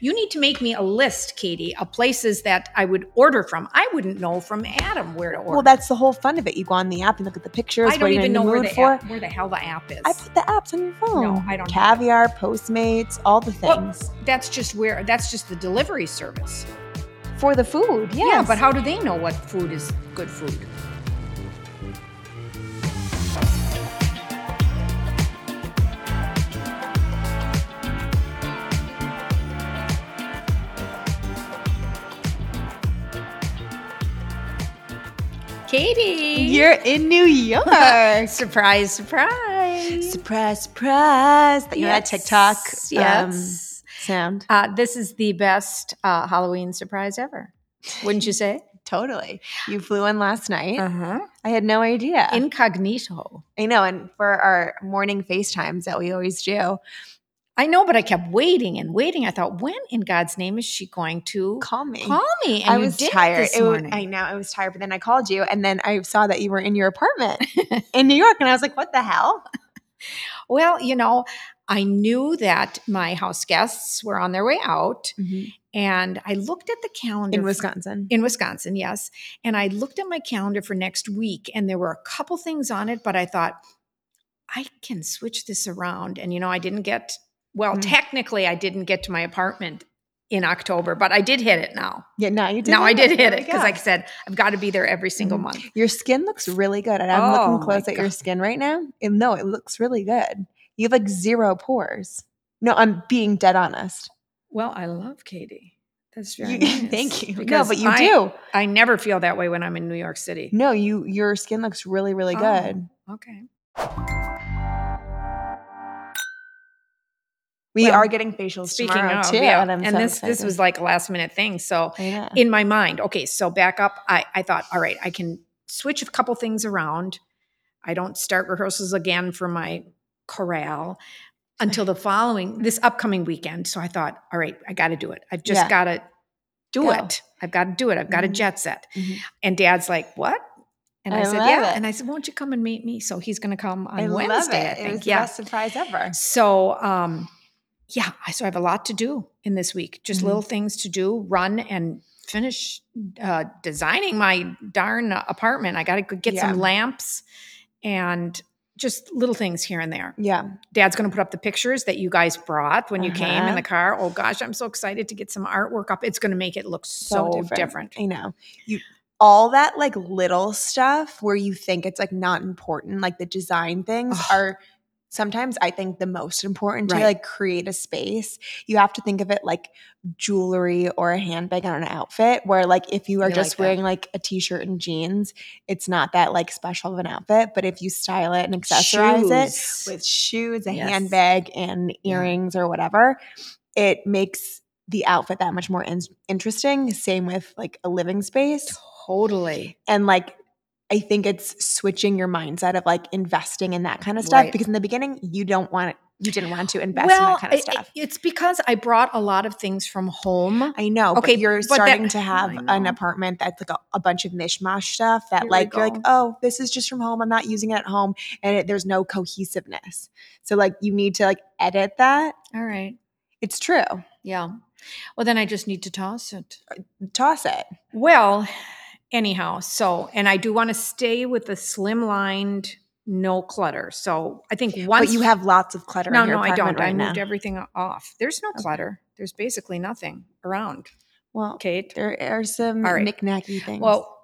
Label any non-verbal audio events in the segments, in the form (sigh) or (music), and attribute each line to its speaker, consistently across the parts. Speaker 1: You need to make me a list, Katie, of places that I would order from. I wouldn't know from Adam where to order.
Speaker 2: Well, that's the whole fun of it. You go on the app and look at the pictures.
Speaker 1: I don't even know where the,
Speaker 2: for.
Speaker 1: app, where the hell the app is.
Speaker 2: I put the apps on your phone.
Speaker 1: No, I don't have it.
Speaker 2: Caviar, Postmates, all the things
Speaker 1: that's just where that's just the delivery service.
Speaker 2: for the food. Yes.
Speaker 1: Yeah, but how do they know what food is good food? Katie.
Speaker 2: (laughs) you're in New York.
Speaker 1: surprise, surprise.
Speaker 2: (laughs) surprise, surprise! That you're
Speaker 1: Yes,
Speaker 2: at TikTok.
Speaker 1: yes.
Speaker 2: Um, sound.
Speaker 1: Uh, this is the best uh, Halloween surprise ever. Wouldn't you say?
Speaker 2: Totally. You flew in last night.
Speaker 1: uh-huh.
Speaker 2: I had no idea.
Speaker 1: Incognito.
Speaker 2: I know. And for our morning FaceTimes that we always do,
Speaker 1: I know, but I kept waiting and waiting. I thought, when in God's name is she going to
Speaker 2: call me.
Speaker 1: call me? And
Speaker 2: I
Speaker 1: you
Speaker 2: was
Speaker 1: did
Speaker 2: tired.
Speaker 1: This
Speaker 2: It wa-
Speaker 1: morning.
Speaker 2: I know I was tired, but then I called you, and then I saw that you were in
Speaker 1: (laughs)
Speaker 2: your apartment in New York, and I was like, "What the hell?"
Speaker 1: well, you know, I knew that my house guests were on their way out, and I looked at the calendar
Speaker 2: In
Speaker 1: for-
Speaker 2: Wisconsin,
Speaker 1: in Wisconsin, yes. And I looked at my calendar for next week, and there were a couple things on it, but I thought I can switch this around. And you know, I didn't get well.
Speaker 2: Mm.
Speaker 1: Technically, I didn't get to my apartment in October, but I did hit it now.
Speaker 2: yeah, no, you did.
Speaker 1: now I Oh did hit
Speaker 2: There
Speaker 1: it
Speaker 2: we
Speaker 1: because,
Speaker 2: go.
Speaker 1: like I said, I've got to be there every single
Speaker 2: Mhm.
Speaker 1: month.
Speaker 2: your skin looks really good, and
Speaker 1: Oh,
Speaker 2: I'm
Speaker 1: my
Speaker 2: looking close at your
Speaker 1: God.
Speaker 2: skin right now, and no, it looks really good. You have like zero pores. No, I'm being dead honest.
Speaker 1: Well, I love Katie. That's very (laughs)
Speaker 2: You- (laughs)
Speaker 1: nice.
Speaker 2: Thank you. No,
Speaker 1: Because
Speaker 2: but you
Speaker 1: I-
Speaker 2: do.
Speaker 1: I never feel that way when I'm in New York City.
Speaker 2: No, you your skin looks really, really
Speaker 1: Oh.
Speaker 2: good.
Speaker 1: Okay.
Speaker 2: We
Speaker 1: Well,
Speaker 2: are getting facials
Speaker 1: Speaking
Speaker 2: tomorrow
Speaker 1: of,
Speaker 2: too,
Speaker 1: yeah,
Speaker 2: and I'm so
Speaker 1: this this
Speaker 2: excited.
Speaker 1: was like a last minute thing, so
Speaker 2: I know.
Speaker 1: in my mind, okay, so back up, I, I thought, all right, I can switch a couple things around. I don't start rehearsals again for my chorale until the following, this upcoming weekend. So I thought, all right, I got to do it. I've just
Speaker 2: Yeah.
Speaker 1: got to do
Speaker 2: Go.
Speaker 1: it. I've got to do it. I've got to
Speaker 2: Mhm.
Speaker 1: jet set.
Speaker 2: Mhm.
Speaker 1: And dad's like, what? And I,
Speaker 2: I
Speaker 1: said,
Speaker 2: love
Speaker 1: yeah.
Speaker 2: it.
Speaker 1: And I said, won't you come and meet me? So he's going to come on
Speaker 2: I
Speaker 1: Wednesday,
Speaker 2: love it.
Speaker 1: I
Speaker 2: it
Speaker 1: think.
Speaker 2: was the
Speaker 1: yeah.
Speaker 2: best surprise ever.
Speaker 1: So, um, yeah, I- so I have a lot to do in this week. Just
Speaker 2: Mhm.
Speaker 1: little things to do, run and finish uh, designing my darn apartment. I got to get some
Speaker 2: Yeah.
Speaker 1: lamps and just little things here and there.
Speaker 2: Yeah.
Speaker 1: Dad's going to put up the pictures that you guys brought when you came in
Speaker 2: Uh-huh.
Speaker 1: the car. Oh gosh, I'm so excited to get some artwork up. It's going to make it look so, different.
Speaker 2: I know. You all that like little stuff where you think it's like not important, like the design things
Speaker 1: Ugh.
Speaker 2: are sometimes I think the most important
Speaker 1: Right.
Speaker 2: to like create a space. You have to think of it like jewelry or a handbag on an outfit where like if you are
Speaker 1: I like
Speaker 2: just
Speaker 1: that.
Speaker 2: wearing like a t-shirt and jeans, it's not that like special of an outfit, but if you style it and accessorize it
Speaker 1: Shoes.
Speaker 2: with shoes, a
Speaker 1: Yes.
Speaker 2: handbag, and
Speaker 1: Yeah.
Speaker 2: earrings or whatever, it makes the outfit that much more in- interesting. Same with like a living space.
Speaker 1: totally.
Speaker 2: And like, I think it's switching your mindset of like investing in that kind of stuff
Speaker 1: Right.
Speaker 2: because in the beginning, you don't want, you didn't want to invest in
Speaker 1: well,
Speaker 2: that kind of
Speaker 1: it- it-
Speaker 2: stuff.
Speaker 1: it's because I brought a lot of things from home.
Speaker 2: I know.
Speaker 1: okay,
Speaker 2: but you're
Speaker 1: but that- Oh,
Speaker 2: starting to
Speaker 1: I
Speaker 2: have an
Speaker 1: know.
Speaker 2: apartment that's like a, a bunch of mishmash stuff that
Speaker 1: Here we
Speaker 2: like you're
Speaker 1: go.
Speaker 2: like, oh, this is just from home. I'm not using it at home, and it, there's no cohesiveness. So like, you need to like edit that.
Speaker 1: All right.
Speaker 2: It's true.
Speaker 1: Yeah. Well, then I just need to toss it.
Speaker 2: Uh, Toss it.
Speaker 1: Well, anyhow, so, and I do want to stay with the slimlined, no clutter. So I think once
Speaker 2: but you have lots of clutter.
Speaker 1: no,
Speaker 2: in your
Speaker 1: no, I
Speaker 2: apartment
Speaker 1: don't.
Speaker 2: Right
Speaker 1: I
Speaker 2: now.
Speaker 1: moved everything off. There's no clutter. There's basically nothing around.
Speaker 2: Well,
Speaker 1: Kate.
Speaker 2: there are some
Speaker 1: All right.
Speaker 2: knickknacky things.
Speaker 1: Well,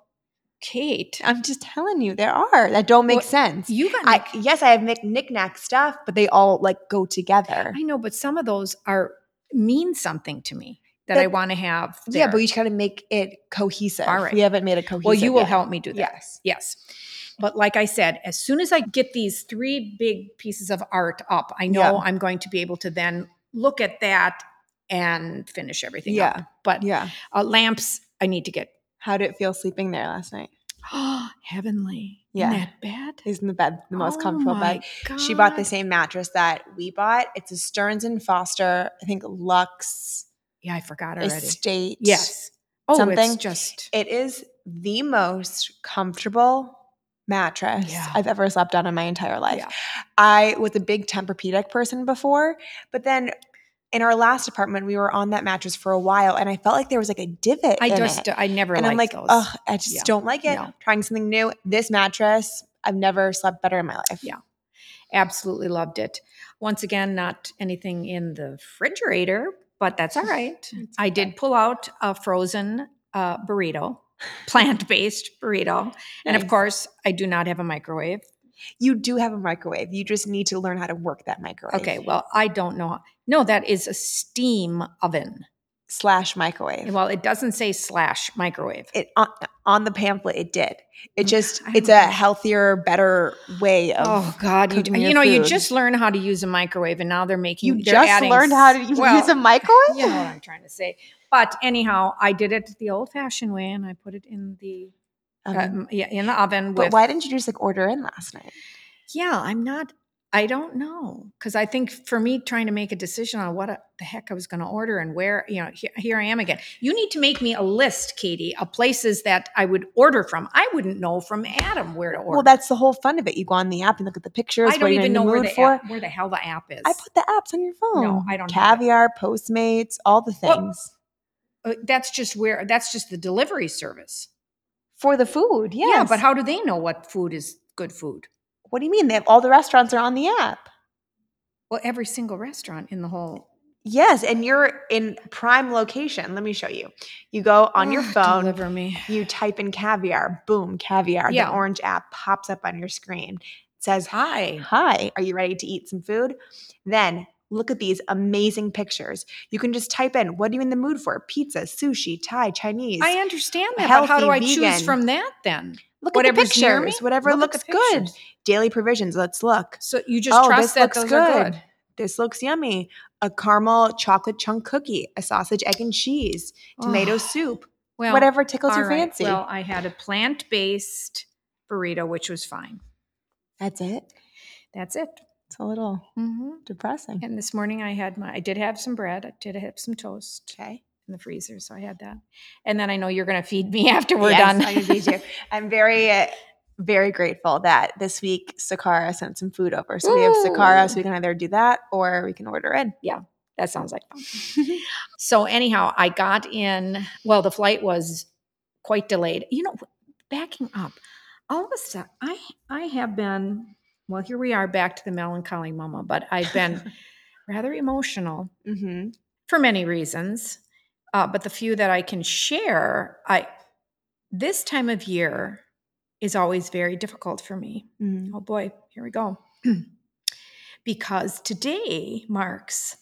Speaker 1: Kate,
Speaker 2: I'm just telling you, there are that don't make
Speaker 1: Well,
Speaker 2: sense.
Speaker 1: you got.
Speaker 2: I, yes, I have knick- knickknack stuff, but they all like go together.
Speaker 1: I know, but some of those are mean something to me that, I
Speaker 2: That-
Speaker 1: want to have.
Speaker 2: Yeah,
Speaker 1: there.
Speaker 2: but you just gotta make it cohesive.
Speaker 1: All right.
Speaker 2: We haven't made it cohesive.
Speaker 1: well, you will
Speaker 2: yet.
Speaker 1: help me do that.
Speaker 2: Yes.
Speaker 1: Yes. But like I said, as soon as I get these three big pieces of art up, I know
Speaker 2: Yeah.
Speaker 1: I'm going to be able to then look at that and finish everything
Speaker 2: Yeah.
Speaker 1: up. But
Speaker 2: Yeah.
Speaker 1: uh, lamps, I need to get (gasps)
Speaker 2: How did it feel sleeping there last night?
Speaker 1: heavenly.
Speaker 2: Yeah.
Speaker 1: Isn't that bed?
Speaker 2: Isn't the bed the most
Speaker 1: Oh
Speaker 2: comfortable
Speaker 1: my
Speaker 2: bed? She bought the
Speaker 1: God.
Speaker 2: same mattress that we bought. It's a Stearns and Foster, I think Lux
Speaker 1: Yeah, I forgot already.
Speaker 2: Estate.
Speaker 1: Yes. Oh, it's
Speaker 2: something.
Speaker 1: just
Speaker 2: It is the most comfortable mattress
Speaker 1: Yeah.
Speaker 2: I've ever slept on in my entire life.
Speaker 1: yeah.
Speaker 2: I was a big Tempur-Pedic person before, but then in our last apartment, we were on that mattress for a while, and I felt like there was like a divot.
Speaker 1: I
Speaker 2: in
Speaker 1: just,
Speaker 2: it.
Speaker 1: I never
Speaker 2: and I'm like,
Speaker 1: liked those.
Speaker 2: oh, I just
Speaker 1: Yeah.
Speaker 2: don't like it.
Speaker 1: No.
Speaker 2: Trying something new. This mattress, I've never slept better in my life.
Speaker 1: Yeah. Absolutely loved it. Once again, not anything in the refrigerator, but that's
Speaker 2: (laughs)
Speaker 1: all right.
Speaker 2: It's
Speaker 1: I did pull out a frozen uh, burrito, (laughs) plant based burrito. And of
Speaker 2: Nice.
Speaker 1: course, I do not have a microwave.
Speaker 2: you do have a microwave. You just need to learn how to work that microwave.
Speaker 1: Okay, well, I don't know. No, that is a steam oven.
Speaker 2: slash microwave.
Speaker 1: Well, it doesn't say slash microwave.
Speaker 2: it on, on the pamphlet it did it just
Speaker 1: Mm, I
Speaker 2: it's a
Speaker 1: don't know.
Speaker 2: healthier better way of
Speaker 1: Oh God! You,
Speaker 2: cooking
Speaker 1: you
Speaker 2: your
Speaker 1: know, you
Speaker 2: food.
Speaker 1: just learn how to use a microwave, and now they're making.
Speaker 2: you
Speaker 1: they're
Speaker 2: just
Speaker 1: adding
Speaker 2: learned how to
Speaker 1: s-
Speaker 2: use
Speaker 1: well, (laughs)
Speaker 2: a microwave
Speaker 1: you know what I'm trying to say. But anyhow, I did it the old-fashioned way, and I put it in the
Speaker 2: Um,
Speaker 1: uh, yeah in the oven
Speaker 2: but
Speaker 1: with.
Speaker 2: why didn't you just like order in last night
Speaker 1: Yeah, I'm not. I don't know because I think for me trying to make a decision on what uh, the heck I was going to order and where, you know, here, here I am again. You need to make me a list, Katie, of places that I would order from. I wouldn't know from Adam where to order.
Speaker 2: well that's the whole fun of it you go on the app and look at the pictures
Speaker 1: I
Speaker 2: what
Speaker 1: don't
Speaker 2: you're in
Speaker 1: even
Speaker 2: the
Speaker 1: know where
Speaker 2: mood
Speaker 1: the
Speaker 2: for
Speaker 1: app, where the hell the app is.
Speaker 2: i put the apps on your phone
Speaker 1: No, I don't have it.
Speaker 2: caviar postmates all the things
Speaker 1: Well- Uh, that's just where that's just the delivery service.
Speaker 2: for the food yes.
Speaker 1: Yeah, but how do they know what food is good food?
Speaker 2: what do you mean they have all the restaurants are on the app
Speaker 1: Well, every single restaurant in the whole
Speaker 2: yes and you're in prime location let me show you you go
Speaker 1: (sighs)
Speaker 2: on your
Speaker 1: Ugh,
Speaker 2: phone
Speaker 1: Deliver me.
Speaker 2: You type in caviar, boom, caviar.
Speaker 1: Yeah.
Speaker 2: The orange app pops up on your screen. It says,
Speaker 1: Hi.
Speaker 2: Hi, are you ready to eat some food? Then look at these amazing pictures. You can just type in, What are you in the mood for? Pizza, sushi, Thai, Chinese.
Speaker 1: I understand that, but how do I
Speaker 2: Healthy,
Speaker 1: choose
Speaker 2: vegan.
Speaker 1: from that then?
Speaker 2: look at the
Speaker 1: whatever's near me,
Speaker 2: pictures, whatever
Speaker 1: look at
Speaker 2: looks
Speaker 1: the
Speaker 2: good.
Speaker 1: pictures.
Speaker 2: Daily provisions, let's look.
Speaker 1: So you just
Speaker 2: Oh, this
Speaker 1: trust that
Speaker 2: looks
Speaker 1: those are
Speaker 2: good.
Speaker 1: good.
Speaker 2: This looks yummy. A caramel chocolate chunk cookie, a sausage, egg, and cheese, tomato
Speaker 1: Oh,
Speaker 2: soup,
Speaker 1: well,
Speaker 2: whatever tickles your
Speaker 1: all right.
Speaker 2: fancy.
Speaker 1: Well, I had a plant-based burrito, which was fine.
Speaker 2: That's it.
Speaker 1: That's it.
Speaker 2: It's a little
Speaker 1: hmm
Speaker 2: depressing.
Speaker 1: And this morning I had my. I did have some bread. I did have some toast
Speaker 2: Okay.
Speaker 1: in the freezer, so I had that. And then I know you're going to feed me (laughs) after we're
Speaker 2: Yes,
Speaker 1: done.
Speaker 2: I need these here. I'm very, uh, very grateful that this week Sakara sent some food over. So we have Sakara, so we can either do that or we can order in.
Speaker 1: That sounds like fun. So anyhow, I got in. Well, the flight was quite delayed. You know, backing up, all of a sudden, I I have been. Well, here we are back to the melancholy mama, but I've been rather emotional
Speaker 2: hmm
Speaker 1: for many reasons. Uh, but the few that I can share, I this time of year is always very difficult for me.
Speaker 2: hmm
Speaker 1: Oh boy, here we go. (clears throat) because today marks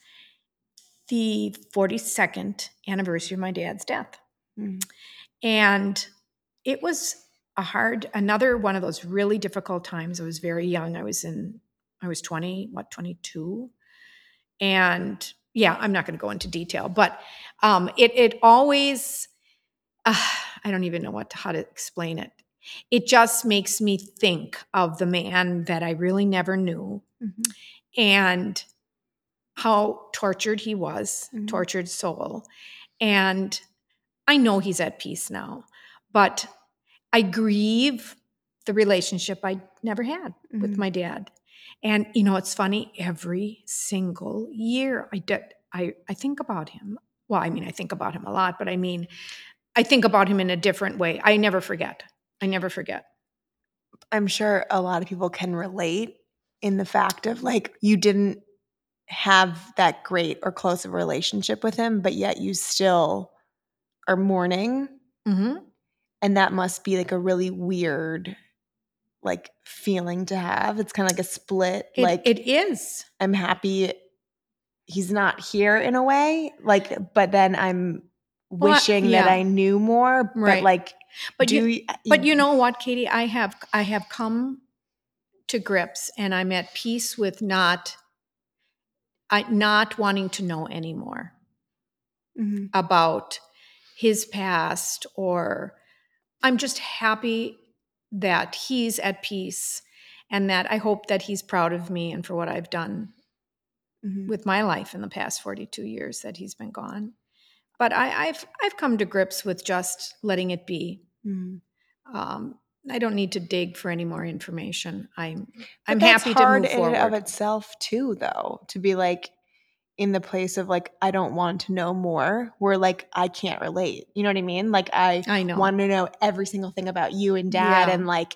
Speaker 1: the 42nd anniversary of my dad's death.
Speaker 2: mm-hmm,
Speaker 1: And it was a hard, another one of those really difficult times. I was very young. I was in, I was 20, what, 22? And yeah, I'm not going to go into detail, but um, it, it always, uh, I don't even know what, to, how to explain it. It just makes me think of the man that I really never knew
Speaker 2: mm-hmm.
Speaker 1: and how tortured he was,
Speaker 2: Mhm.
Speaker 1: tortured soul. And I know he's at peace now, but I grieve the relationship I never had
Speaker 2: Mm-hmm.
Speaker 1: with my dad. And you know, it's funny every single year I de- I I think about him. Well, I mean, I think about him a lot, but I mean, I think about him in a different way. I never forget. I never forget.
Speaker 2: I'm sure a lot of people can relate in the fact of like you didn't have that great or close of a relationship with him, but yet you still are mourning.
Speaker 1: hmm
Speaker 2: And that must be like a really weird like feeling to have. It's kind of like a split
Speaker 1: It,
Speaker 2: like
Speaker 1: it is.
Speaker 2: I'm happy he's not here in a way. Like, but then I'm
Speaker 1: I-
Speaker 2: wishing that
Speaker 1: yeah.
Speaker 2: I knew more. But
Speaker 1: Right.
Speaker 2: like,
Speaker 1: But you,
Speaker 2: do you,
Speaker 1: But you know what, Katie? I have I have come to grips and I'm at peace with not I not wanting to know anymore
Speaker 2: Mhm.
Speaker 1: about his past or I'm just happy that he's at peace and that I hope that he's proud of me and for what I've done
Speaker 2: Mhm.
Speaker 1: with my life in the past 42 years that he's been gone. But I, I've I've come to grips with just letting it be
Speaker 2: Mhm.
Speaker 1: um, I don't need to dig for any more information. I'm
Speaker 2: But
Speaker 1: I'm
Speaker 2: that's
Speaker 1: happy to
Speaker 2: hard
Speaker 1: move
Speaker 2: in and of
Speaker 1: forward.
Speaker 2: itself too, though, to be like, in the place of like I don't want to know more, where like I can't relate. You know what I mean? Like I
Speaker 1: I know.
Speaker 2: want to know every single thing about you and dad
Speaker 1: Yeah.
Speaker 2: and like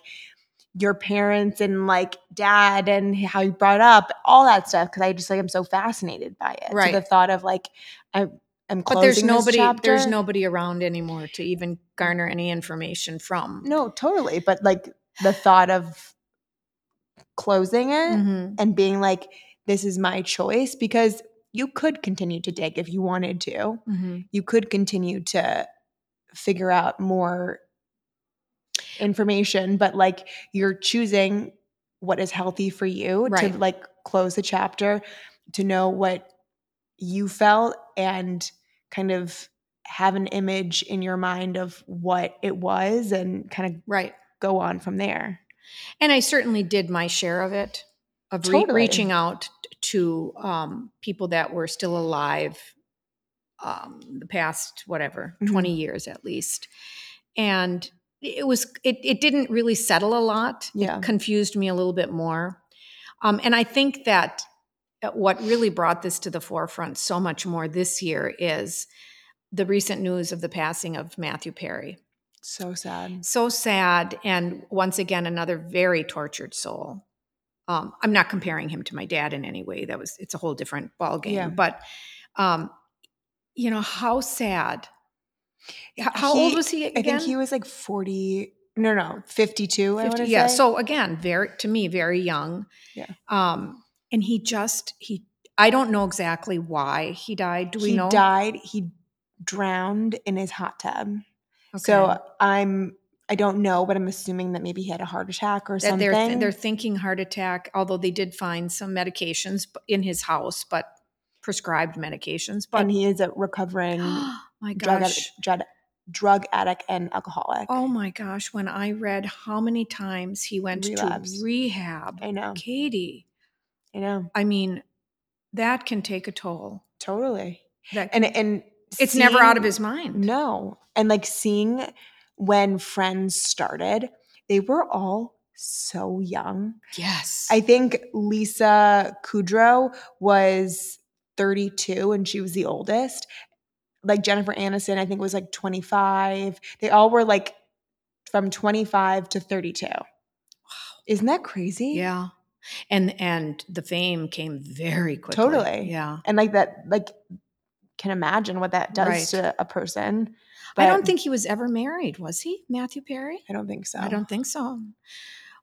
Speaker 2: your parents and like dad and how you brought up all that stuff because I just like I'm so fascinated by it. So
Speaker 1: Right.
Speaker 2: the thought of like I I'm closing
Speaker 1: but there's
Speaker 2: this
Speaker 1: nobody there's
Speaker 2: chapter-
Speaker 1: nobody around anymore to even garner any information from.
Speaker 2: no totally but like the thought of closing it
Speaker 1: Mhm.
Speaker 2: and being like this is my choice because you could continue to dig if you wanted to
Speaker 1: Mhm.
Speaker 2: you could continue to figure out more information but like you're choosing what is healthy for you
Speaker 1: Right.
Speaker 2: to like close the chapter to know what you felt and kind of have an image in your mind of what it was and kind of
Speaker 1: Right.
Speaker 2: go on from there
Speaker 1: And I certainly did my share of it of re-
Speaker 2: Totally.
Speaker 1: reaching out to um, people that were still alive um, the past whatever
Speaker 2: Mm-hmm.
Speaker 1: 20 years at least. And it was it, it didn't really settle a lot.
Speaker 2: yeah
Speaker 1: confused me a little bit more. Um, and I think that uh, what really brought this to the forefront so much more this year is the recent news of the passing of Matthew Perry.
Speaker 2: so sad
Speaker 1: So sad, and once again, another very tortured soul. Um, I'm not comparing him to my dad in any way. That was it's a whole different ballgame.
Speaker 2: Yeah.
Speaker 1: But um, you know how sad. H- How old
Speaker 2: He-
Speaker 1: was he again?
Speaker 2: i think he was like 40 no no 52 I
Speaker 1: 50
Speaker 2: want to
Speaker 1: yeah
Speaker 2: say
Speaker 1: so again very to me very young
Speaker 2: Yeah.
Speaker 1: um and he just he i don't know exactly why he died do we
Speaker 2: he
Speaker 1: know
Speaker 2: died he drowned in his hot tub
Speaker 1: Okay.
Speaker 2: so uh, i'm i don't know but i'm assuming that maybe he had a heart attack or
Speaker 1: that
Speaker 2: something
Speaker 1: they're they're thinking heart attack although they did find some medications b- in his house but prescribed medications but
Speaker 2: and
Speaker 1: (gasps)
Speaker 2: he is a recovering
Speaker 1: my
Speaker 2: drug addict,
Speaker 1: gosh
Speaker 2: drug, drug addict and alcoholic
Speaker 1: oh my gosh when i read how many times he went
Speaker 2: Relapse.
Speaker 1: to rehab
Speaker 2: i know
Speaker 1: katie
Speaker 2: i know
Speaker 1: i mean that can take a toll
Speaker 2: totally
Speaker 1: that
Speaker 2: and and
Speaker 1: it's never out of
Speaker 2: seeing-
Speaker 1: his mind
Speaker 2: No. And like seeing when friends started, they were all so young.
Speaker 1: yes
Speaker 2: I think Lisa Kudrow was 32 and she was the oldest. Like Jennifer Aniston, I think was like 25. They all were like from 25 to 32. Isn't that crazy?
Speaker 1: Yeah. And and the fame came very quickly.
Speaker 2: Totally.
Speaker 1: Yeah.
Speaker 2: And like that, like, can imagine what that does
Speaker 1: Right.
Speaker 2: to a person.
Speaker 1: I
Speaker 2: But
Speaker 1: don't think he was ever married, was he? Matthew Perry?
Speaker 2: I don't think so.
Speaker 1: I don't think so.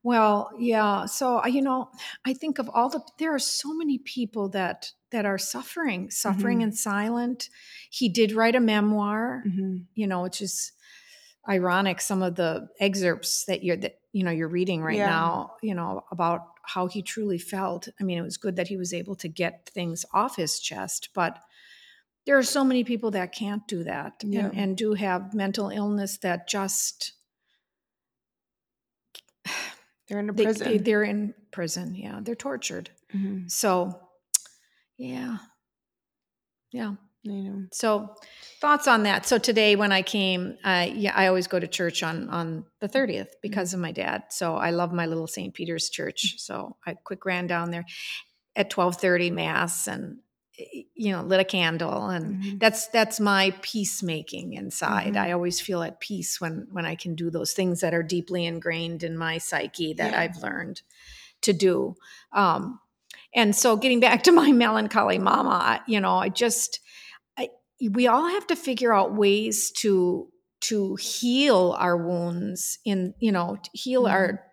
Speaker 1: Well, yeah. So I- you know, I think of all the there are so many people that that are suffering, suffering
Speaker 2: Mhm.
Speaker 1: and silent. He did write a memoir,
Speaker 2: Mhm.
Speaker 1: you know, which is ironic some of the excerpts that you're that you know you're reading right
Speaker 2: Yeah.
Speaker 1: now, you know, about how he truly felt. I mean, it was good that he was able to get things off his chest, but there are so many people that can't do that
Speaker 2: Yeah.
Speaker 1: and, and do have mental illness that just
Speaker 2: They're in a
Speaker 1: they,
Speaker 2: prison.
Speaker 1: they, they're in prison yeah they're tortured
Speaker 2: Mhm.
Speaker 1: so yeah yeah
Speaker 2: I know.
Speaker 1: so thoughts on that so today when i came uh, yeah i always go to church on on the 30th because of my dad so i love my little st peter's church so i quick ran down there at 12.30 mass and eh, you know lit a candle and
Speaker 2: Mhm.
Speaker 1: that's that's my peacemaking inside
Speaker 2: Mhm.
Speaker 1: i always feel at peace when when i can do those things that are deeply ingrained in my psyche that
Speaker 2: Yeah.
Speaker 1: i've learned to do um and so getting back to (laughs) my melancholy mama I- you know i just I, we all have to figure out ways to to heal our wounds in you know to heal our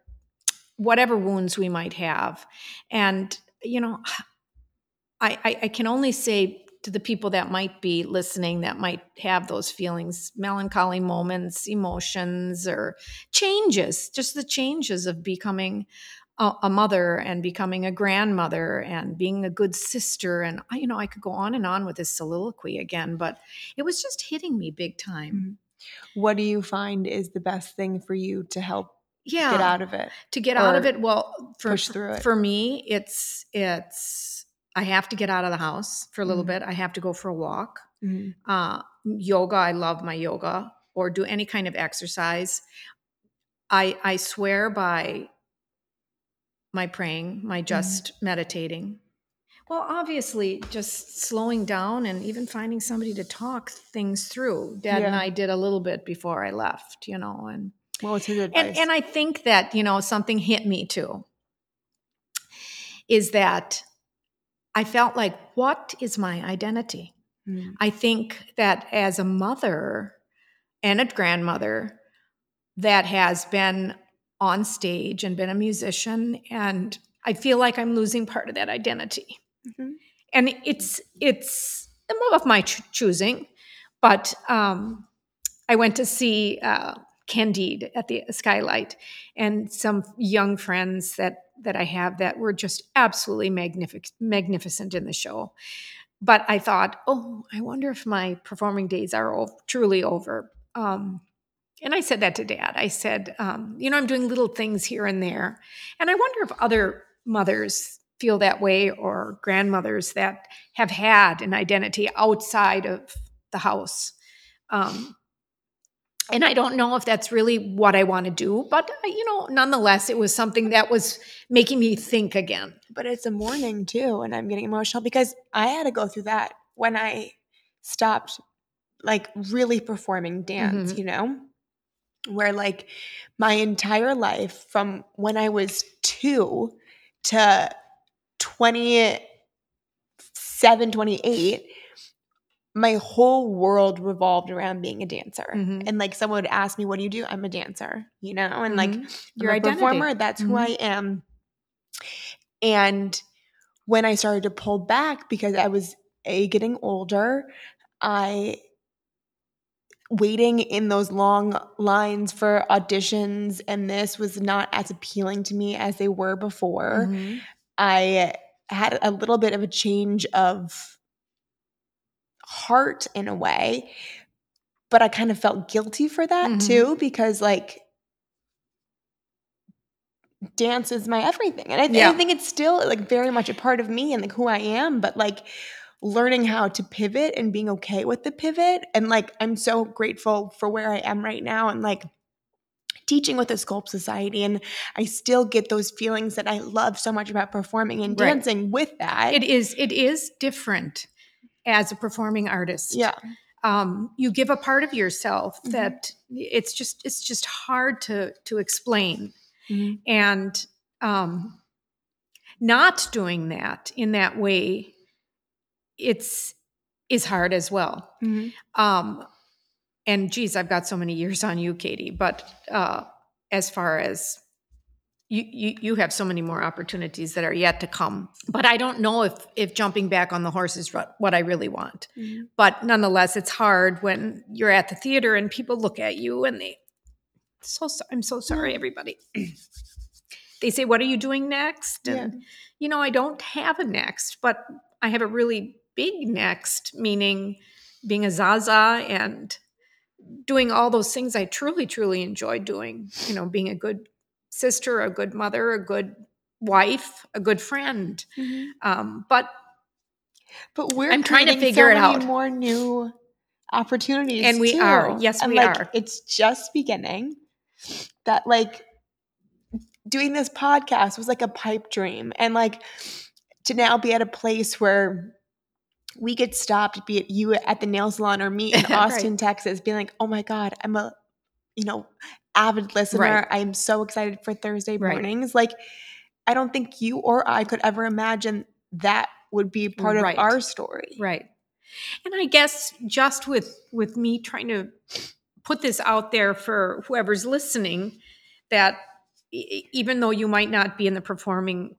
Speaker 1: whatever wounds we might have and you know (sighs) I, I i can only say to the people that might be listening that might have those feelings melancholy moments emotions or changes just the changes of becoming a, a mother and becoming a grandmother and being a good sister and I, you know i could go on and on with this soliloquy again but it was just hitting me big time
Speaker 2: Mhm. What do you find is the best thing for you to help
Speaker 1: yeah
Speaker 2: get out of it?
Speaker 1: to get out of
Speaker 2: or
Speaker 1: it well for,
Speaker 2: push through it.
Speaker 1: for me it's it's i have to get out of the house for a little
Speaker 2: Mhm.
Speaker 1: bit i have to go for a walk
Speaker 2: Mhm.
Speaker 1: uh, yoga i love my yoga or do any kind of exercise i i swear by my praying my just meditating Well, obviously, just slowing down and even finding somebody to talk things through. Dad and
Speaker 2: Yeah.
Speaker 1: I did a little bit before I left, you know, and
Speaker 2: What was his advice?
Speaker 1: and and I think that you know something hit me too. Is that I felt like what is my identity?
Speaker 2: Mm.
Speaker 1: I think that as a mother and a grandmother that has been on stage and been a musician and I feel like I'm losing part of that identity.
Speaker 2: Mhm.
Speaker 1: And it's it's of my ch- choosing, but um, I went to see uh, Candide at the Skylight and some young friends that that I have that were just absolutely magnific- magnificent in the show. But I thought, oh, I wonder if my performing days are o- truly over. Um, and I said that to Dad. I said, um, you know, I'm doing little things here and there, and I wonder if other mothers feel that way or grandmothers that have had an identity outside of the house. Um, and I don't know if that's really what I want to do, but uh, you know, nonetheless, it was something that was making me think again.
Speaker 2: but it's a morning too and i'm getting emotional because i had to go through that when i stopped like really performing dance
Speaker 1: Mhm.
Speaker 2: you know where like my entire life from when i was 2 to 27 28 my whole world revolved around being a dancer
Speaker 1: Mhm.
Speaker 2: and like someone would ask me what do you do i'm a dancer you know and like
Speaker 1: Mm-hmm. your
Speaker 2: I'm a
Speaker 1: identity.
Speaker 2: performer. That's who
Speaker 1: Mhm.
Speaker 2: I am. And when I started to pull back because I was a getting older, I waiting in those long lines for auditions and this was not as appealing to me as they were before.
Speaker 1: Mhm.
Speaker 2: I had a little bit of a change of heart in a way, but I kind of felt guilty for that
Speaker 1: Mhm.
Speaker 2: too because like dance is my everything. And I, th-
Speaker 1: Yeah.
Speaker 2: I think it's still like very much a part of me and like who I am, but like learning how to pivot and being okay with the pivot and like I'm so grateful for where I am right now and like teaching with the sculpt society and I still get those feelings that I love so much about performing and
Speaker 1: Right.
Speaker 2: dancing with that.
Speaker 1: It is. It is different as a performing artist.
Speaker 2: yeah.
Speaker 1: um, you give a part of yourself
Speaker 2: Mhm.
Speaker 1: that it's just it's just hard to to explain Mm-hmm. and um, not doing that in that way it's is hard as well
Speaker 2: Mhm.
Speaker 1: um, and geez, I've got so many years on you, Katie. But uh, as far as you, you, you have so many more opportunities that are yet to come. But I don't know if if jumping back on the horse is ru- what I really want.
Speaker 2: Mhm.
Speaker 1: But nonetheless, it's hard when you're at the theater and people look at you and they. So so- I'm so sorry, everybody. (clears throat) they say, "What are you doing next?"
Speaker 2: Yeah.
Speaker 1: And you know, I don't have a next, but I have a really big next, meaning being a Zaza and doing all those things I truly, truly enjoy doing. You know, being a good sister, a good mother, a good wife, a good friend.
Speaker 2: Mm-hmm.
Speaker 1: Um, but
Speaker 2: But we're
Speaker 1: I'm trying to
Speaker 2: creating
Speaker 1: figure
Speaker 2: so
Speaker 1: it
Speaker 2: many
Speaker 1: out.
Speaker 2: more new opportunities.
Speaker 1: And we
Speaker 2: too.
Speaker 1: are. Yes,
Speaker 2: And,
Speaker 1: we
Speaker 2: like,
Speaker 1: are.
Speaker 2: It's just beginning. That like doing this podcast was like a pipe dream, and like to now be at a place where we get stopped, be it you at the nail salon or me in
Speaker 1: (laughs) Right.
Speaker 2: Austin, Texas, being like, oh my god, I'm a you know avid listener.
Speaker 1: Right.
Speaker 2: I am so excited for Thursday
Speaker 1: Right.
Speaker 2: mornings. Like I don't think you or I could ever imagine that would be part
Speaker 1: Right.
Speaker 2: of our story.
Speaker 1: right. And I guess just with with me trying to put this out there for whoever's listening, that e- even though you might not be in the performing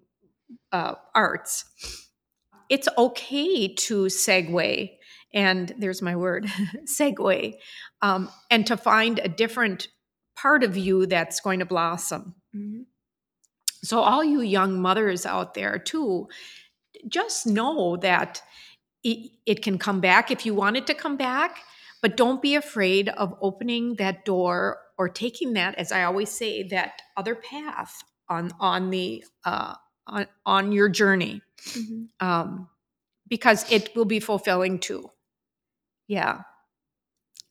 Speaker 1: uh, arts, it's okay to segue and there's my word (laughs) segue um, and to find a different part of you that's going to blossom
Speaker 2: Mhm.
Speaker 1: so all you young mothers out there too just know that it, it can come back if you want it to come back but don't be afraid of opening that door or taking that as i always say that other path on on the uh, on, on your journey
Speaker 2: Mhm.
Speaker 1: um, because it will be fulfilling too. Yeah.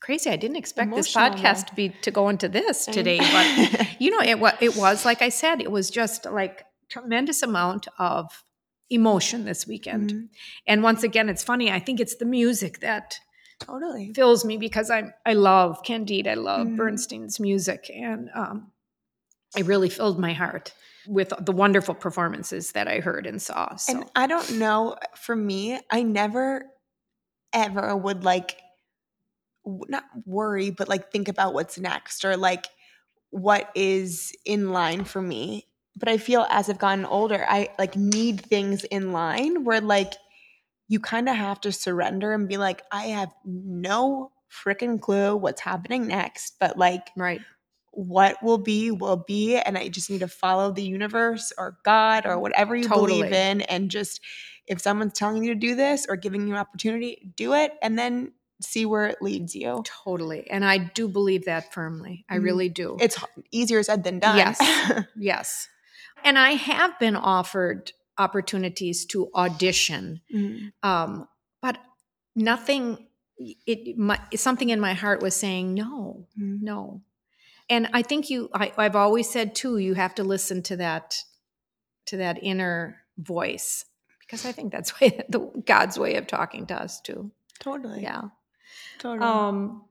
Speaker 1: Crazy. I didn't expect this
Speaker 2: Emotional,
Speaker 1: podcast
Speaker 2: though.
Speaker 1: to be to go into this
Speaker 2: Same.
Speaker 1: today, but you know, it was it was like I said, it was just like tremendous amount of emotion this weekend.
Speaker 2: Mhm.
Speaker 1: And once again, it's funny. I think it's the music that
Speaker 2: Totally.
Speaker 1: fills me because I'm I love Candide. I love
Speaker 2: Mhm.
Speaker 1: Bernstein's music, and um, it really filled my heart with the wonderful performances that I heard and saw. So
Speaker 2: And I don't know, for me, I never ever would like w- not worry, but like think about what's next or like what is in line for me. But I feel as I've gotten older, I like need things in line where like you kind of have to surrender and be like, I have no freaking clue what's happening next, but like
Speaker 1: right,
Speaker 2: what will be will be and i just need to follow the universe or god or whatever you believe
Speaker 1: Totally.
Speaker 2: in and just if someone's telling you to do this or giving you an opportunity do it and then see where it leads you
Speaker 1: totally. And I do believe that firmly. I
Speaker 2: Mhm.
Speaker 1: really do.
Speaker 2: it's h- easier said than done (laughs)
Speaker 1: Yes. yes, and I have been offered opportunities to audition
Speaker 2: Mhm.
Speaker 1: um, but nothing it my, something in my heart was saying no
Speaker 2: Mhm.
Speaker 1: no and i think you I, i've always said too you have to listen to that to that inner voice because i think that's (laughs) way the god's way of talking to us too
Speaker 2: totally
Speaker 1: yeah
Speaker 2: totally
Speaker 1: um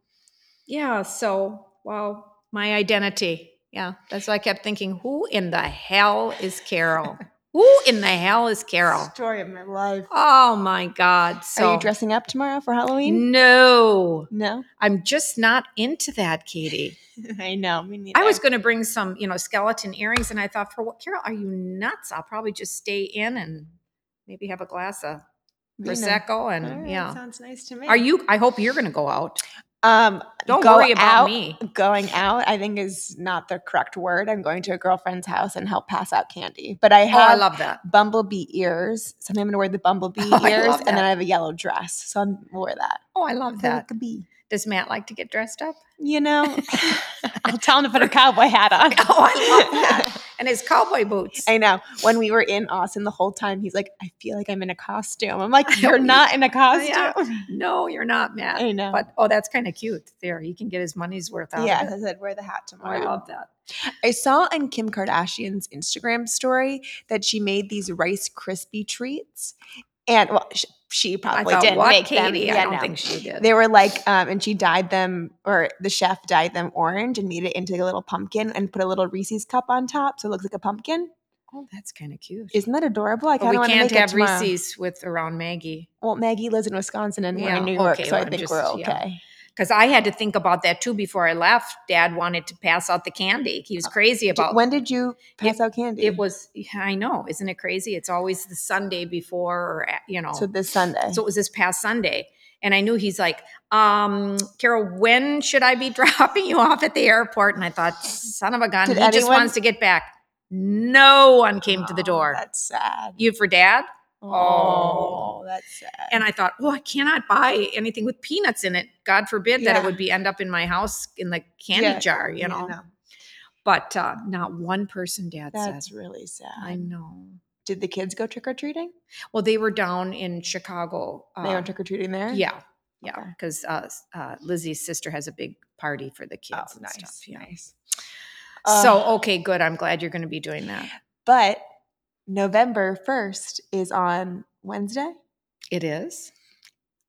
Speaker 1: yeah so wow my identity yeah that's why i kept thinking who in the hell is carol
Speaker 2: (laughs)
Speaker 1: who in the hell is carol
Speaker 2: story of my life
Speaker 1: oh my god so
Speaker 2: are you dressing up tomorrow for halloween
Speaker 1: no,
Speaker 2: no (laughs)
Speaker 1: I'm just not into that, Katie.
Speaker 2: i know me neither.
Speaker 1: I was going to bring some, you know, skeleton earrings, and I thought, for what, Carol, are you nuts? I'll probably just stay in and maybe have a glass of
Speaker 2: Vino.
Speaker 1: prosecco, and
Speaker 2: All right,
Speaker 1: yeah.
Speaker 2: sounds nice to me
Speaker 1: Are you? I hope you're going to go out.
Speaker 2: um
Speaker 1: Don't
Speaker 2: go
Speaker 1: worry about
Speaker 2: out
Speaker 1: me.
Speaker 2: going out i think is not the correct word i'm going to a girlfriend's house and help pass out candy but i
Speaker 1: Oh, I
Speaker 2: have
Speaker 1: love that.
Speaker 2: bumblebee ears so i'm going to wear the bumblebee
Speaker 1: (laughs) Oh, I
Speaker 2: ears
Speaker 1: love
Speaker 2: and then
Speaker 1: that.
Speaker 2: i have a yellow dress so i'm I'll wear that
Speaker 1: Oh, I love
Speaker 2: Feel
Speaker 1: that.
Speaker 2: like a bee
Speaker 1: Does Matt like to get dressed
Speaker 2: (laughs)
Speaker 1: up?
Speaker 2: you
Speaker 1: (laughs)
Speaker 2: know i'll tell him to put a cowboy hat on
Speaker 1: Oh, (laughs) I love that. And his cowboy boots.
Speaker 2: (laughs) I know. When we were in Austin the whole time, he's like, I feel like I'm in a costume. I'm like, You're not in a costume. (laughs)
Speaker 1: Yeah. no, you're not, Matt.
Speaker 2: I know.
Speaker 1: But um, oh, that's kind of cute. There, he can get his money's worth out
Speaker 2: yeah,
Speaker 1: of it.
Speaker 2: I said, Wear the hat
Speaker 1: Oh, I
Speaker 2: tomorrow.
Speaker 1: love that.
Speaker 2: I saw on Kim Kardashian's Instagram story that she made these Rice Krispie treats, and well, she, she
Speaker 1: I
Speaker 2: probably
Speaker 1: thought,
Speaker 2: didn't
Speaker 1: what,
Speaker 2: make them.
Speaker 1: Katie? I don't
Speaker 2: no.
Speaker 1: think she did.
Speaker 2: they were like, um, and she dyed them, or the chef dyed them orange and made it into a little pumpkin and put a little Reese's cup on top, so it looks like a pumpkin.
Speaker 1: Oh, that's kind of cute.
Speaker 2: Isn't that adorable? I
Speaker 1: but
Speaker 2: kind
Speaker 1: we
Speaker 2: of want to
Speaker 1: can't
Speaker 2: make it
Speaker 1: have
Speaker 2: tomorrow.
Speaker 1: Reese's with around Maggie
Speaker 2: Well, Maggie lives in Wisconsin and we're
Speaker 1: Yeah,
Speaker 2: in New York,
Speaker 1: okay,
Speaker 2: so I
Speaker 1: well, I'm
Speaker 2: think
Speaker 1: just-
Speaker 2: we're
Speaker 1: yeah.
Speaker 2: okay.
Speaker 1: because I had to think about that too before I left. Dad wanted to pass out the candy. He was crazy
Speaker 2: D-
Speaker 1: about
Speaker 2: When did you pass out candy?
Speaker 1: it. Was I know? Isn't it crazy? It's always the Sunday before, or at- you know.
Speaker 2: so
Speaker 1: So,
Speaker 2: this Sunday.
Speaker 1: it was this past Sunday, and I knew he's like, um, "Carol, when should I be (laughs) dropping you off at the airport?" And I thought, "Son of a gun,
Speaker 2: Did
Speaker 1: he just
Speaker 2: anyone-
Speaker 1: wants to get back." No one came to the
Speaker 2: Oh,
Speaker 1: door.
Speaker 2: That's sad.
Speaker 1: You for dad?
Speaker 2: Oh, that's sad.
Speaker 1: and I thought, oh, I cannot buy anything with peanuts in it. God forbid that
Speaker 2: Yeah.
Speaker 1: it would be end up in my house in the candy
Speaker 2: Yeah,
Speaker 1: jar, you know. But uh, not one person, Dad
Speaker 2: that's
Speaker 1: says.
Speaker 2: really sad.
Speaker 1: I know.
Speaker 2: Did the kids go trick or treating?
Speaker 1: Well, they were down in Chicago.
Speaker 2: they
Speaker 1: um,
Speaker 2: went trick or treating there.
Speaker 1: Yeah, yeah,
Speaker 2: Okay.
Speaker 1: because uh, s- uh, Lizzie's sister has a big party for the
Speaker 2: Oh,
Speaker 1: kids and
Speaker 2: nice,
Speaker 1: stuff. Yeah.
Speaker 2: nice.
Speaker 1: so oh
Speaker 2: Uh,
Speaker 1: okay, good. I'm glad you're going to be doing that.
Speaker 2: but November first is on Wednesday.
Speaker 1: It is.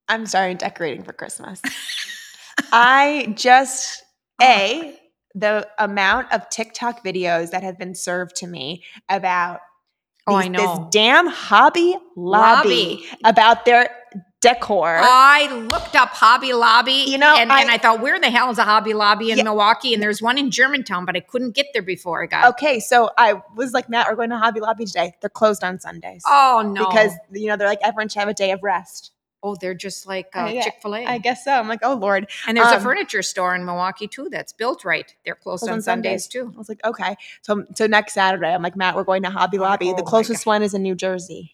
Speaker 2: I'm starting decorating
Speaker 1: (laughs)
Speaker 2: for Christmas. I just a
Speaker 1: Oh.
Speaker 2: the amount of TikTok videos that have been served to me about
Speaker 1: Oh, I
Speaker 2: these-
Speaker 1: know.
Speaker 2: this damn Hobby Lobby,
Speaker 1: Lobby.
Speaker 2: about their decor.
Speaker 1: I looked up Hobby Lobby,
Speaker 2: You know,
Speaker 1: and,
Speaker 2: I-
Speaker 1: and I thought, where the hell is a Hobby Lobby in
Speaker 2: Yeah.
Speaker 1: Milwaukee? And there's one in Germantown, but I couldn't get there before I got.
Speaker 2: Okay, so I was like, Matt, we're going to Hobby Lobby today. They're closed on Sundays.
Speaker 1: Oh no!
Speaker 2: Because, you know, they're like, everyone should have a day of rest.
Speaker 1: oh, they're just like uh,
Speaker 2: I- yeah,
Speaker 1: Chick Fil
Speaker 2: I
Speaker 1: A,
Speaker 2: guess so. I'm like, oh, Lord.
Speaker 1: and there's a
Speaker 2: um,
Speaker 1: furniture store in Milwaukee too that's built right. They're closed
Speaker 2: Closed
Speaker 1: on
Speaker 2: on
Speaker 1: Sundays, too.
Speaker 2: I was like, okay. So, so next Saturday, I'm like, Matt, we're going to Hobby
Speaker 1: Oh,
Speaker 2: Lobby.
Speaker 1: oh
Speaker 2: the
Speaker 1: my
Speaker 2: closest one is in New Jersey.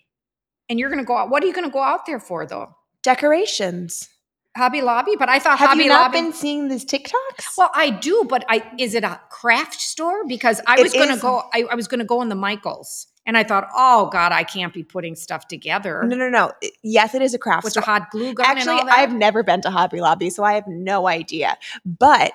Speaker 1: And you're gonna go out. What are you gonna go out there for though?
Speaker 2: Decorations.
Speaker 1: Hobby Lobby, but I thought
Speaker 2: Have
Speaker 1: Hobby
Speaker 2: you not
Speaker 1: Lobby.
Speaker 2: been seeing these TikToks?
Speaker 1: well, I do, but I is it a craft store? Because I
Speaker 2: It
Speaker 1: was gonna
Speaker 2: is.
Speaker 1: go. I, I was gonna go in the Michaels, and I thought, oh God, I can't be putting stuff together
Speaker 2: no, no, no. It- Yes, it is a craft
Speaker 1: with
Speaker 2: store.
Speaker 1: the hot glue gun. and
Speaker 2: Actually,
Speaker 1: all that.
Speaker 2: I've never been to Hobby Lobby, so I have no idea. But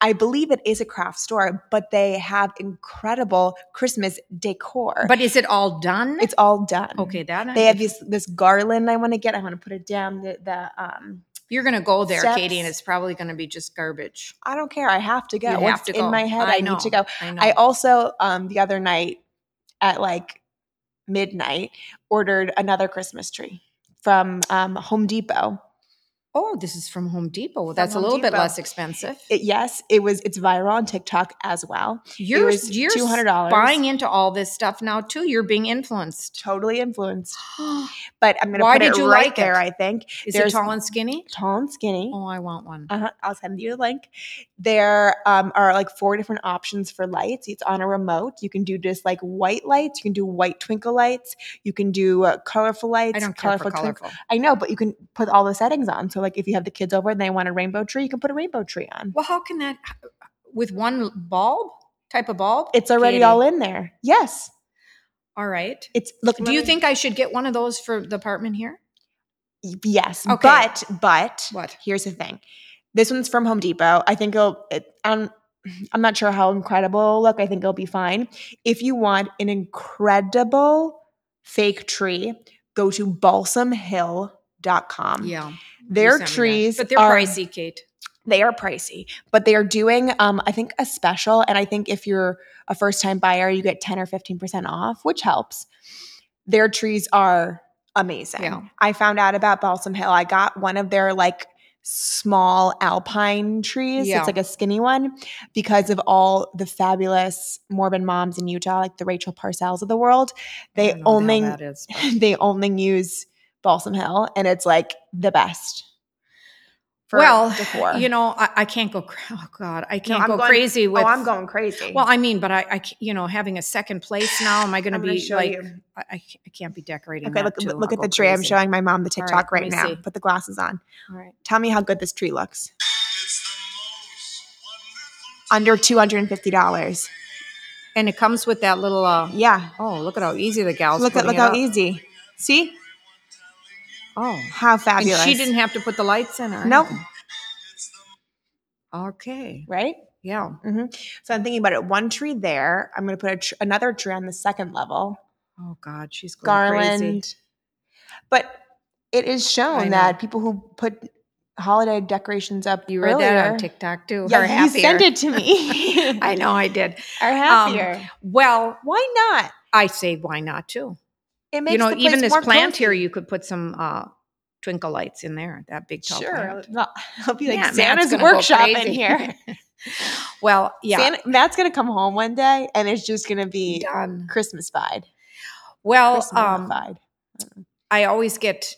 Speaker 2: I believe it is a craft store, but they have incredible Christmas decor.
Speaker 1: But is it all done?
Speaker 2: it's all done.
Speaker 1: okay. That
Speaker 2: They have this this garland I want to get. I want to put it down the, the um
Speaker 1: You're going to go there,
Speaker 2: steps.
Speaker 1: Katie, and it's probably going to be just garbage.
Speaker 2: I don't care. I have to go.
Speaker 1: You have
Speaker 2: What's
Speaker 1: to
Speaker 2: in
Speaker 1: go.
Speaker 2: my head
Speaker 1: I
Speaker 2: I,
Speaker 1: know.
Speaker 2: need to go.
Speaker 1: I know.
Speaker 2: I also um the other night at like midnight ordered another Christmas tree from um Home Depot.
Speaker 1: oh, this is from Home Depot. Well, that's
Speaker 2: Home
Speaker 1: a little bit
Speaker 2: Depot.
Speaker 1: less expensive.
Speaker 2: It, yes, it was it's viral on TikTok as well.
Speaker 1: you're
Speaker 2: was
Speaker 1: you're
Speaker 2: $200.
Speaker 1: buying into all this stuff now too. You're being
Speaker 2: (gasps)
Speaker 1: influenced.
Speaker 2: Totally influenced. But I'm gonna
Speaker 1: Why
Speaker 2: put
Speaker 1: did
Speaker 2: it
Speaker 1: you
Speaker 2: right
Speaker 1: like
Speaker 2: there,
Speaker 1: it?
Speaker 2: I think.
Speaker 1: is it
Speaker 2: There's-
Speaker 1: tall and skinny?
Speaker 2: Tall and skinny.
Speaker 1: Oh, I want one.
Speaker 2: Uh-huh. I'll send you a link. There um, are like four different options for lights. It's on a remote. You can do just like white lights. You can do white twinkle lights. You can do uh, colorful lights.
Speaker 1: I don't care for
Speaker 2: twinkle-
Speaker 1: colorful.
Speaker 2: I know, but you can put all the settings on. So like if you have the kids over and they want a rainbow tree, you can put a rainbow tree on.
Speaker 1: Well, how can that with one bulb type of bulb?
Speaker 2: It's already
Speaker 1: Katie.
Speaker 2: all in there. Yes.
Speaker 1: All right.
Speaker 2: It's look.
Speaker 1: Do you think I should get one of those for the apartment here?
Speaker 2: Yes.
Speaker 1: Okay.
Speaker 2: But but
Speaker 1: What?
Speaker 2: here's the thing. This one's from Home Depot. I think it'll. It, I'm, I'm not sure how incredible it'll look. I think it'll be fine. If you want an incredible fake tree, go to balsamhill.com.
Speaker 1: Yeah. you
Speaker 2: Their
Speaker 1: sent me that.
Speaker 2: trees,
Speaker 1: But they're
Speaker 2: are,
Speaker 1: pricey, Kate.
Speaker 2: They are pricey, but they are doing, um, I think, a special. And I think if you're a first time buyer, you get 10 or 15% off, which helps. Their trees are amazing.
Speaker 1: Yeah.
Speaker 2: I found out about Balsam Hill. I got one of their like small alpine trees.
Speaker 1: Yeah.
Speaker 2: It's like a skinny one because of all the fabulous Mormon moms in Utah, like the Rachel Parcells of the world.
Speaker 1: I
Speaker 2: (laughs) They
Speaker 1: don't know what the hell
Speaker 2: only
Speaker 1: that is, but-
Speaker 2: they only use Balsam Hill and it's like the best. For
Speaker 1: well,
Speaker 2: decor.
Speaker 1: you know, I, I can't go. cra- Oh God, I can't
Speaker 2: I'm
Speaker 1: go
Speaker 2: going-
Speaker 1: crazy with.
Speaker 2: oh, I'm going crazy.
Speaker 1: Well, I mean, but I, I ca- you know, having a second place now, am I going to
Speaker 2: I'm gonna
Speaker 1: be
Speaker 2: show
Speaker 1: like?
Speaker 2: you.
Speaker 1: I, I ca- I can't be decorating.
Speaker 2: Okay,
Speaker 1: that
Speaker 2: look,
Speaker 1: too.
Speaker 2: look
Speaker 1: I'll
Speaker 2: at
Speaker 1: go
Speaker 2: the tree. I'm
Speaker 1: crazy.
Speaker 2: showing my mom the
Speaker 1: All right,
Speaker 2: TikTok
Speaker 1: let
Speaker 2: right,
Speaker 1: me
Speaker 2: now.
Speaker 1: see.
Speaker 2: Put the glasses on.
Speaker 1: All right.
Speaker 2: Tell me how good this tree looks. Under two hundred and fifty dollars.
Speaker 1: And it comes with that little. Uh,
Speaker 2: Yeah.
Speaker 1: oh, look at how easy the gals.
Speaker 2: look at
Speaker 1: putting
Speaker 2: look
Speaker 1: it
Speaker 2: how
Speaker 1: up.
Speaker 2: easy. See
Speaker 1: Oh,
Speaker 2: how e-,
Speaker 1: and
Speaker 2: fabulous.
Speaker 1: she didn't have to put the lights in. or
Speaker 2: Nope.
Speaker 1: anything. Okay.
Speaker 2: Right.
Speaker 1: Yeah.
Speaker 2: hmm So I'm thinking about it. One tree there. I'm going to put a tr- another tree on the second level.
Speaker 1: Oh God, she's going
Speaker 2: Garland.
Speaker 1: crazy.
Speaker 2: But it is
Speaker 1: I know.
Speaker 2: shown that people who put holiday decorations up
Speaker 1: You read that on
Speaker 2: earlier-
Speaker 1: TikTok too.
Speaker 2: Yeah,
Speaker 1: Her
Speaker 2: you sent
Speaker 1: happier.
Speaker 2: it to me.
Speaker 1: (laughs)
Speaker 2: (laughs)
Speaker 1: I know I did.
Speaker 2: are happier.
Speaker 1: Well,
Speaker 2: Why not?
Speaker 1: I say why not too.
Speaker 2: It makes
Speaker 1: You know,
Speaker 2: the place
Speaker 1: even this
Speaker 2: more
Speaker 1: plant
Speaker 2: cozy.
Speaker 1: here, you could put some uh, twinkle lights in there. That big tall
Speaker 2: Sure,
Speaker 1: plant.
Speaker 2: Well, (laughs) I'll be like
Speaker 1: Yeah, Matt's
Speaker 2: Santa's
Speaker 1: gonna go
Speaker 2: workshop in
Speaker 1: crazy.
Speaker 2: here.
Speaker 1: well, (laughs) yeah,
Speaker 2: Santa, Matt's gonna come home one day, and it's just gonna be
Speaker 1: done.
Speaker 2: Christmas fied,
Speaker 1: Well,
Speaker 2: Christmas
Speaker 1: um,
Speaker 2: fied.
Speaker 1: I always get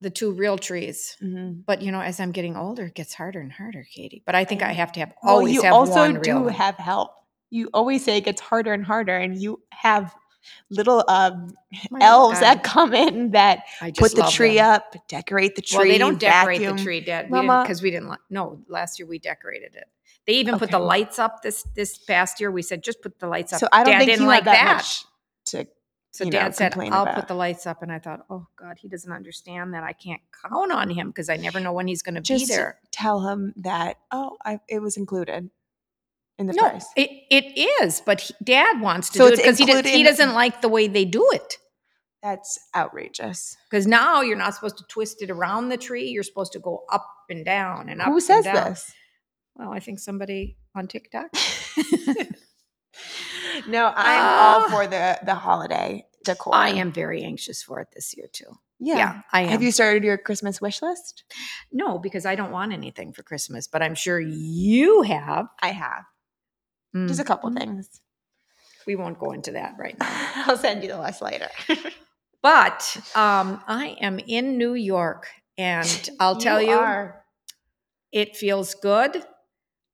Speaker 1: the two real trees,
Speaker 2: Mm-hmm.
Speaker 1: but you know, as I'm getting older, it gets harder and harder, Katie. But I think I have oh, to have
Speaker 2: Well,
Speaker 1: always
Speaker 2: you
Speaker 1: have
Speaker 2: also
Speaker 1: one real.
Speaker 2: do
Speaker 1: one.
Speaker 2: have help. You always say it gets harder and harder, and you have little um,
Speaker 1: My
Speaker 2: elves
Speaker 1: God,
Speaker 2: that come in that
Speaker 1: Oh, Um, I just
Speaker 2: put the
Speaker 1: love
Speaker 2: tree
Speaker 1: them.
Speaker 2: up, decorate the tree.
Speaker 1: Well, they don't decorate
Speaker 2: vacuum.
Speaker 1: the tree, Dad,
Speaker 2: Mama.
Speaker 1: because we didn't. Li- no, last year we decorated it. They even put the
Speaker 2: Okay.
Speaker 1: lights up this this past year. We said just put the lights up.
Speaker 2: So I don't
Speaker 1: Dad
Speaker 2: think
Speaker 1: didn't
Speaker 2: you
Speaker 1: like
Speaker 2: have that, much to
Speaker 1: So
Speaker 2: you know,
Speaker 1: Dad said,
Speaker 2: complain
Speaker 1: "I'll
Speaker 2: about.
Speaker 1: put the lights up," and I thought, "Oh God, he doesn't understand that. I can't count on him because I never know when he's going to be
Speaker 2: just
Speaker 1: there."
Speaker 2: tell him that. Oh, I, it was included in the
Speaker 1: No,
Speaker 2: price.
Speaker 1: it, it is, but he, Dad wants to
Speaker 2: So
Speaker 1: do it
Speaker 2: it's
Speaker 1: because he, does,
Speaker 2: included
Speaker 1: he
Speaker 2: in-
Speaker 1: doesn't like the way they do it.
Speaker 2: That's outrageous.
Speaker 1: Because now you're not supposed to twist it around the tree; you're supposed to go up and down and up.
Speaker 2: Who
Speaker 1: and
Speaker 2: says
Speaker 1: down.
Speaker 2: this?
Speaker 1: Well, I think somebody on
Speaker 2: (laughs)
Speaker 1: TikTok. (laughs)
Speaker 2: No, I'm
Speaker 1: Ah.
Speaker 2: all for the the holiday decor.
Speaker 1: I am very anxious for it this year too.
Speaker 2: Yeah.
Speaker 1: Yeah, I am.
Speaker 2: Have you started your Christmas wish list?
Speaker 1: no, because I don't want anything for Christmas, but I'm sure you have.
Speaker 2: I have. Just a
Speaker 1: Mm,
Speaker 2: couple
Speaker 1: mm. (laughs)
Speaker 2: things.
Speaker 1: We won't go into that right now.
Speaker 2: I'll send you the list later.
Speaker 1: But um, I am in New York,
Speaker 2: (laughs)
Speaker 1: and I'll tell you,
Speaker 2: are.
Speaker 1: it feels good.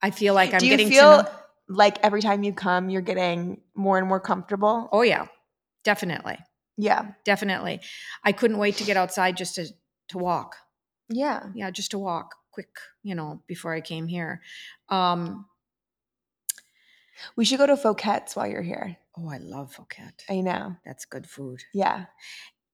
Speaker 1: I feel like I'm
Speaker 2: Do you
Speaker 1: getting
Speaker 2: feel
Speaker 1: to know-
Speaker 2: like every time you come, you're getting more and more comfortable?
Speaker 1: Oh yeah, definitely,
Speaker 2: Yeah.
Speaker 1: definitely. I couldn't wait to get outside just to to walk.
Speaker 2: Yeah.
Speaker 1: Yeah, just to walk quick, you know, before I came here. Um,
Speaker 2: We should go to Fouquet's while you're here.
Speaker 1: oh, I love Phuket.
Speaker 2: I know.
Speaker 1: That's good food.
Speaker 2: Yeah.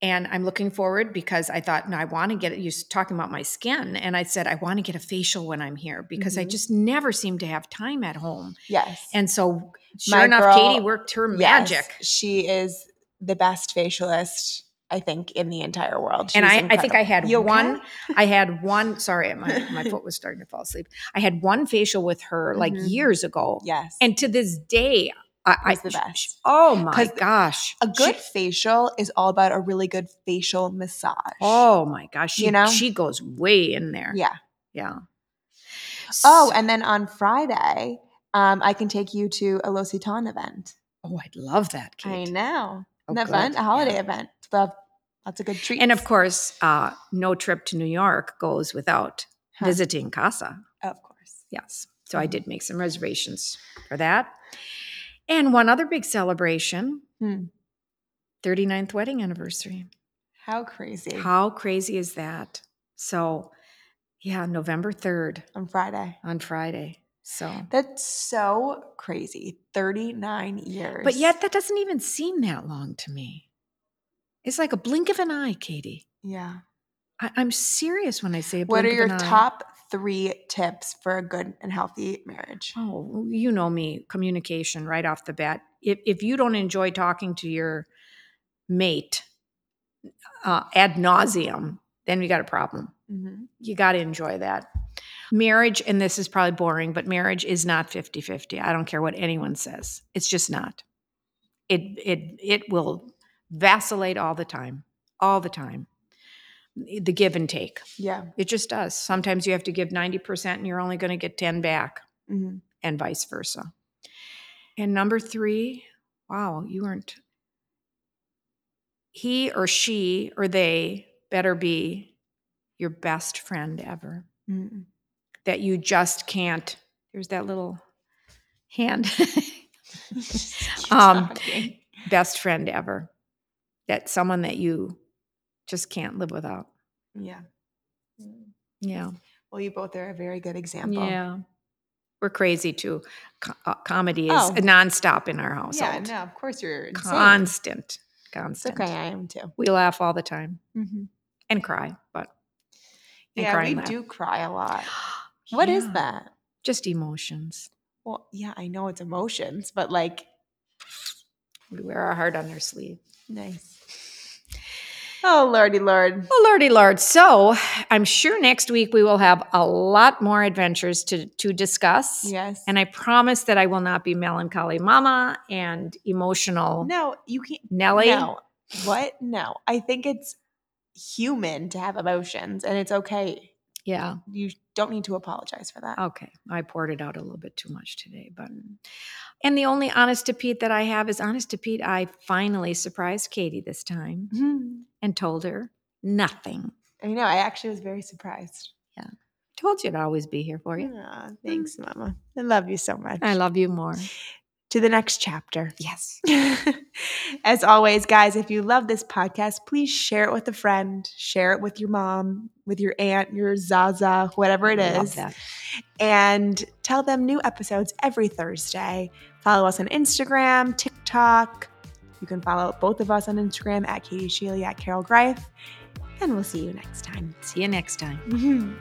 Speaker 1: And I'm looking forward because I thought, no, I want to get it. You was talking about my skin. And I said, I want to get a facial when I'm here because I
Speaker 2: Mhm.
Speaker 1: just never seem to have time at home.
Speaker 2: Yes.
Speaker 1: And so, sure
Speaker 2: My
Speaker 1: enough,
Speaker 2: girl-
Speaker 1: Katie worked her
Speaker 2: Yes,
Speaker 1: magic.
Speaker 2: She is the best facialist, I think, in the entire world.
Speaker 1: and
Speaker 2: She's
Speaker 1: I, I think I
Speaker 2: incredible.
Speaker 1: had
Speaker 2: You okay?
Speaker 1: one. I had one. Sorry, my,
Speaker 2: (laughs)
Speaker 1: my foot was starting to fall asleep. I had one facial with her like
Speaker 2: Mhm.
Speaker 1: years ago,
Speaker 2: Yes.
Speaker 1: and to this day, I, I
Speaker 2: It's the best.
Speaker 1: oh my
Speaker 2: 'Cause
Speaker 1: gosh,
Speaker 2: A good
Speaker 1: She,
Speaker 2: facial is all about a really good facial massage.
Speaker 1: oh my gosh, she,
Speaker 2: You know?
Speaker 1: she goes way in there.
Speaker 2: yeah.
Speaker 1: yeah.
Speaker 2: Oh,
Speaker 1: So-
Speaker 2: and then on Friday, um, I can take you to a L'Occitane event.
Speaker 1: oh, I'd love that, Kate.
Speaker 2: I know.
Speaker 1: Oh,
Speaker 2: An
Speaker 1: good.
Speaker 2: event, a holiday
Speaker 1: Yeah.
Speaker 2: event. They'll have lots of good treats.
Speaker 1: And of course, uh, no trip to New York goes without
Speaker 2: Huh. Mm-hmm.
Speaker 1: visiting Casa.
Speaker 2: Of course.
Speaker 1: Yes. So I did make some reservations for that. And one other big celebration
Speaker 2: Hmm.
Speaker 1: 39th wedding anniversary.
Speaker 2: How crazy.
Speaker 1: How crazy is that? So, yeah, November 3rd
Speaker 2: on Friday.
Speaker 1: on Friday. So,
Speaker 2: That's so crazy. 39 years.
Speaker 1: but yet that doesn't even seem that long to me. It's like a blink of an eye, Katie.
Speaker 2: yeah.
Speaker 1: I, I'm serious when I say a blink
Speaker 2: What are
Speaker 1: of
Speaker 2: your
Speaker 1: an eye.
Speaker 2: top three tips for a good and healthy marriage?
Speaker 1: Oh, you know me, communication right off the bat. If if you don't enjoy talking to your mate uh, ad nauseum, then you got a problem.
Speaker 2: Mhm.
Speaker 1: You got to enjoy that. Marriage, and this is probably boring, but marriage is not 50 50. I don't care what anyone says. It's just not. It, it, it will vacillate all the time, all the time. The give and take.
Speaker 2: Yeah.
Speaker 1: It just does. Sometimes you have to give 90% and you're only going to get 10 back
Speaker 2: Mhm.
Speaker 1: and vice versa. And number three, wow, you weren't. He or she or they better be your best friend ever. (laughs)
Speaker 2: Mhm.
Speaker 1: That you just can't. There's that little hand.
Speaker 2: (laughs)
Speaker 1: (laughs)
Speaker 2: Keep
Speaker 1: Um,
Speaker 2: talking.
Speaker 1: best friend ever. That someone that you just can't live without.
Speaker 2: yeah.
Speaker 1: Yeah.
Speaker 2: Well, you both are a very good example.
Speaker 1: Yeah. We're crazy too. Co- uh, comedy is
Speaker 2: Oh.
Speaker 1: nonstop in our
Speaker 2: Yeah,
Speaker 1: household.
Speaker 2: no, of course you're insane.
Speaker 1: constant.
Speaker 2: It's
Speaker 1: Constant.
Speaker 2: okay, I am too.
Speaker 1: We laugh all the time
Speaker 2: Mm-hmm.
Speaker 1: and cry, (gasps) but and
Speaker 2: Yeah,
Speaker 1: cry
Speaker 2: we
Speaker 1: and laugh.
Speaker 2: do cry a lot. What is
Speaker 1: Yeah,
Speaker 2: that?
Speaker 1: Just emotions.
Speaker 2: Well, yeah, I know it's emotions, but like,
Speaker 1: We wear our heart on our sleeve.
Speaker 2: nice. Oh, lordy, lord.
Speaker 1: Well, lordy lord. So I'm sure next week we will have a lot more adventures to to discuss.
Speaker 2: Yes.
Speaker 1: And I promise that I will not be melancholy mama and emotional
Speaker 2: no, you can't.
Speaker 1: Nelly.
Speaker 2: No. What? No. I think it's human to have emotions and it's okay.
Speaker 1: Yeah.
Speaker 2: You don't need to apologize for that.
Speaker 1: Okay. I poured it out a little bit too much today, but and the only honest to Pete that I have is honest to Pete. I finally surprised Katie this time.
Speaker 2: Mhm.
Speaker 1: and told her nothing.
Speaker 2: I know. I actually was very surprised.
Speaker 1: Told you I'd always be here for you.
Speaker 2: Aw, thanks, Mama. I love you so much.
Speaker 1: Hmm. I love you more.
Speaker 2: to the next chapter.
Speaker 1: Yes.
Speaker 2: (laughs) As always, guys, if you love this podcast, please share it with a friend, share it with your mom, with your aunt, your Zaza, whatever it
Speaker 1: Love
Speaker 2: is.
Speaker 1: that.
Speaker 2: and tell them new episodes every Thursday. Follow us on Instagram, TikTok. You can follow both of us on Instagram at Katie Sheely, at Carol Greif, and we'll see you next time. (laughs)
Speaker 1: See you next time.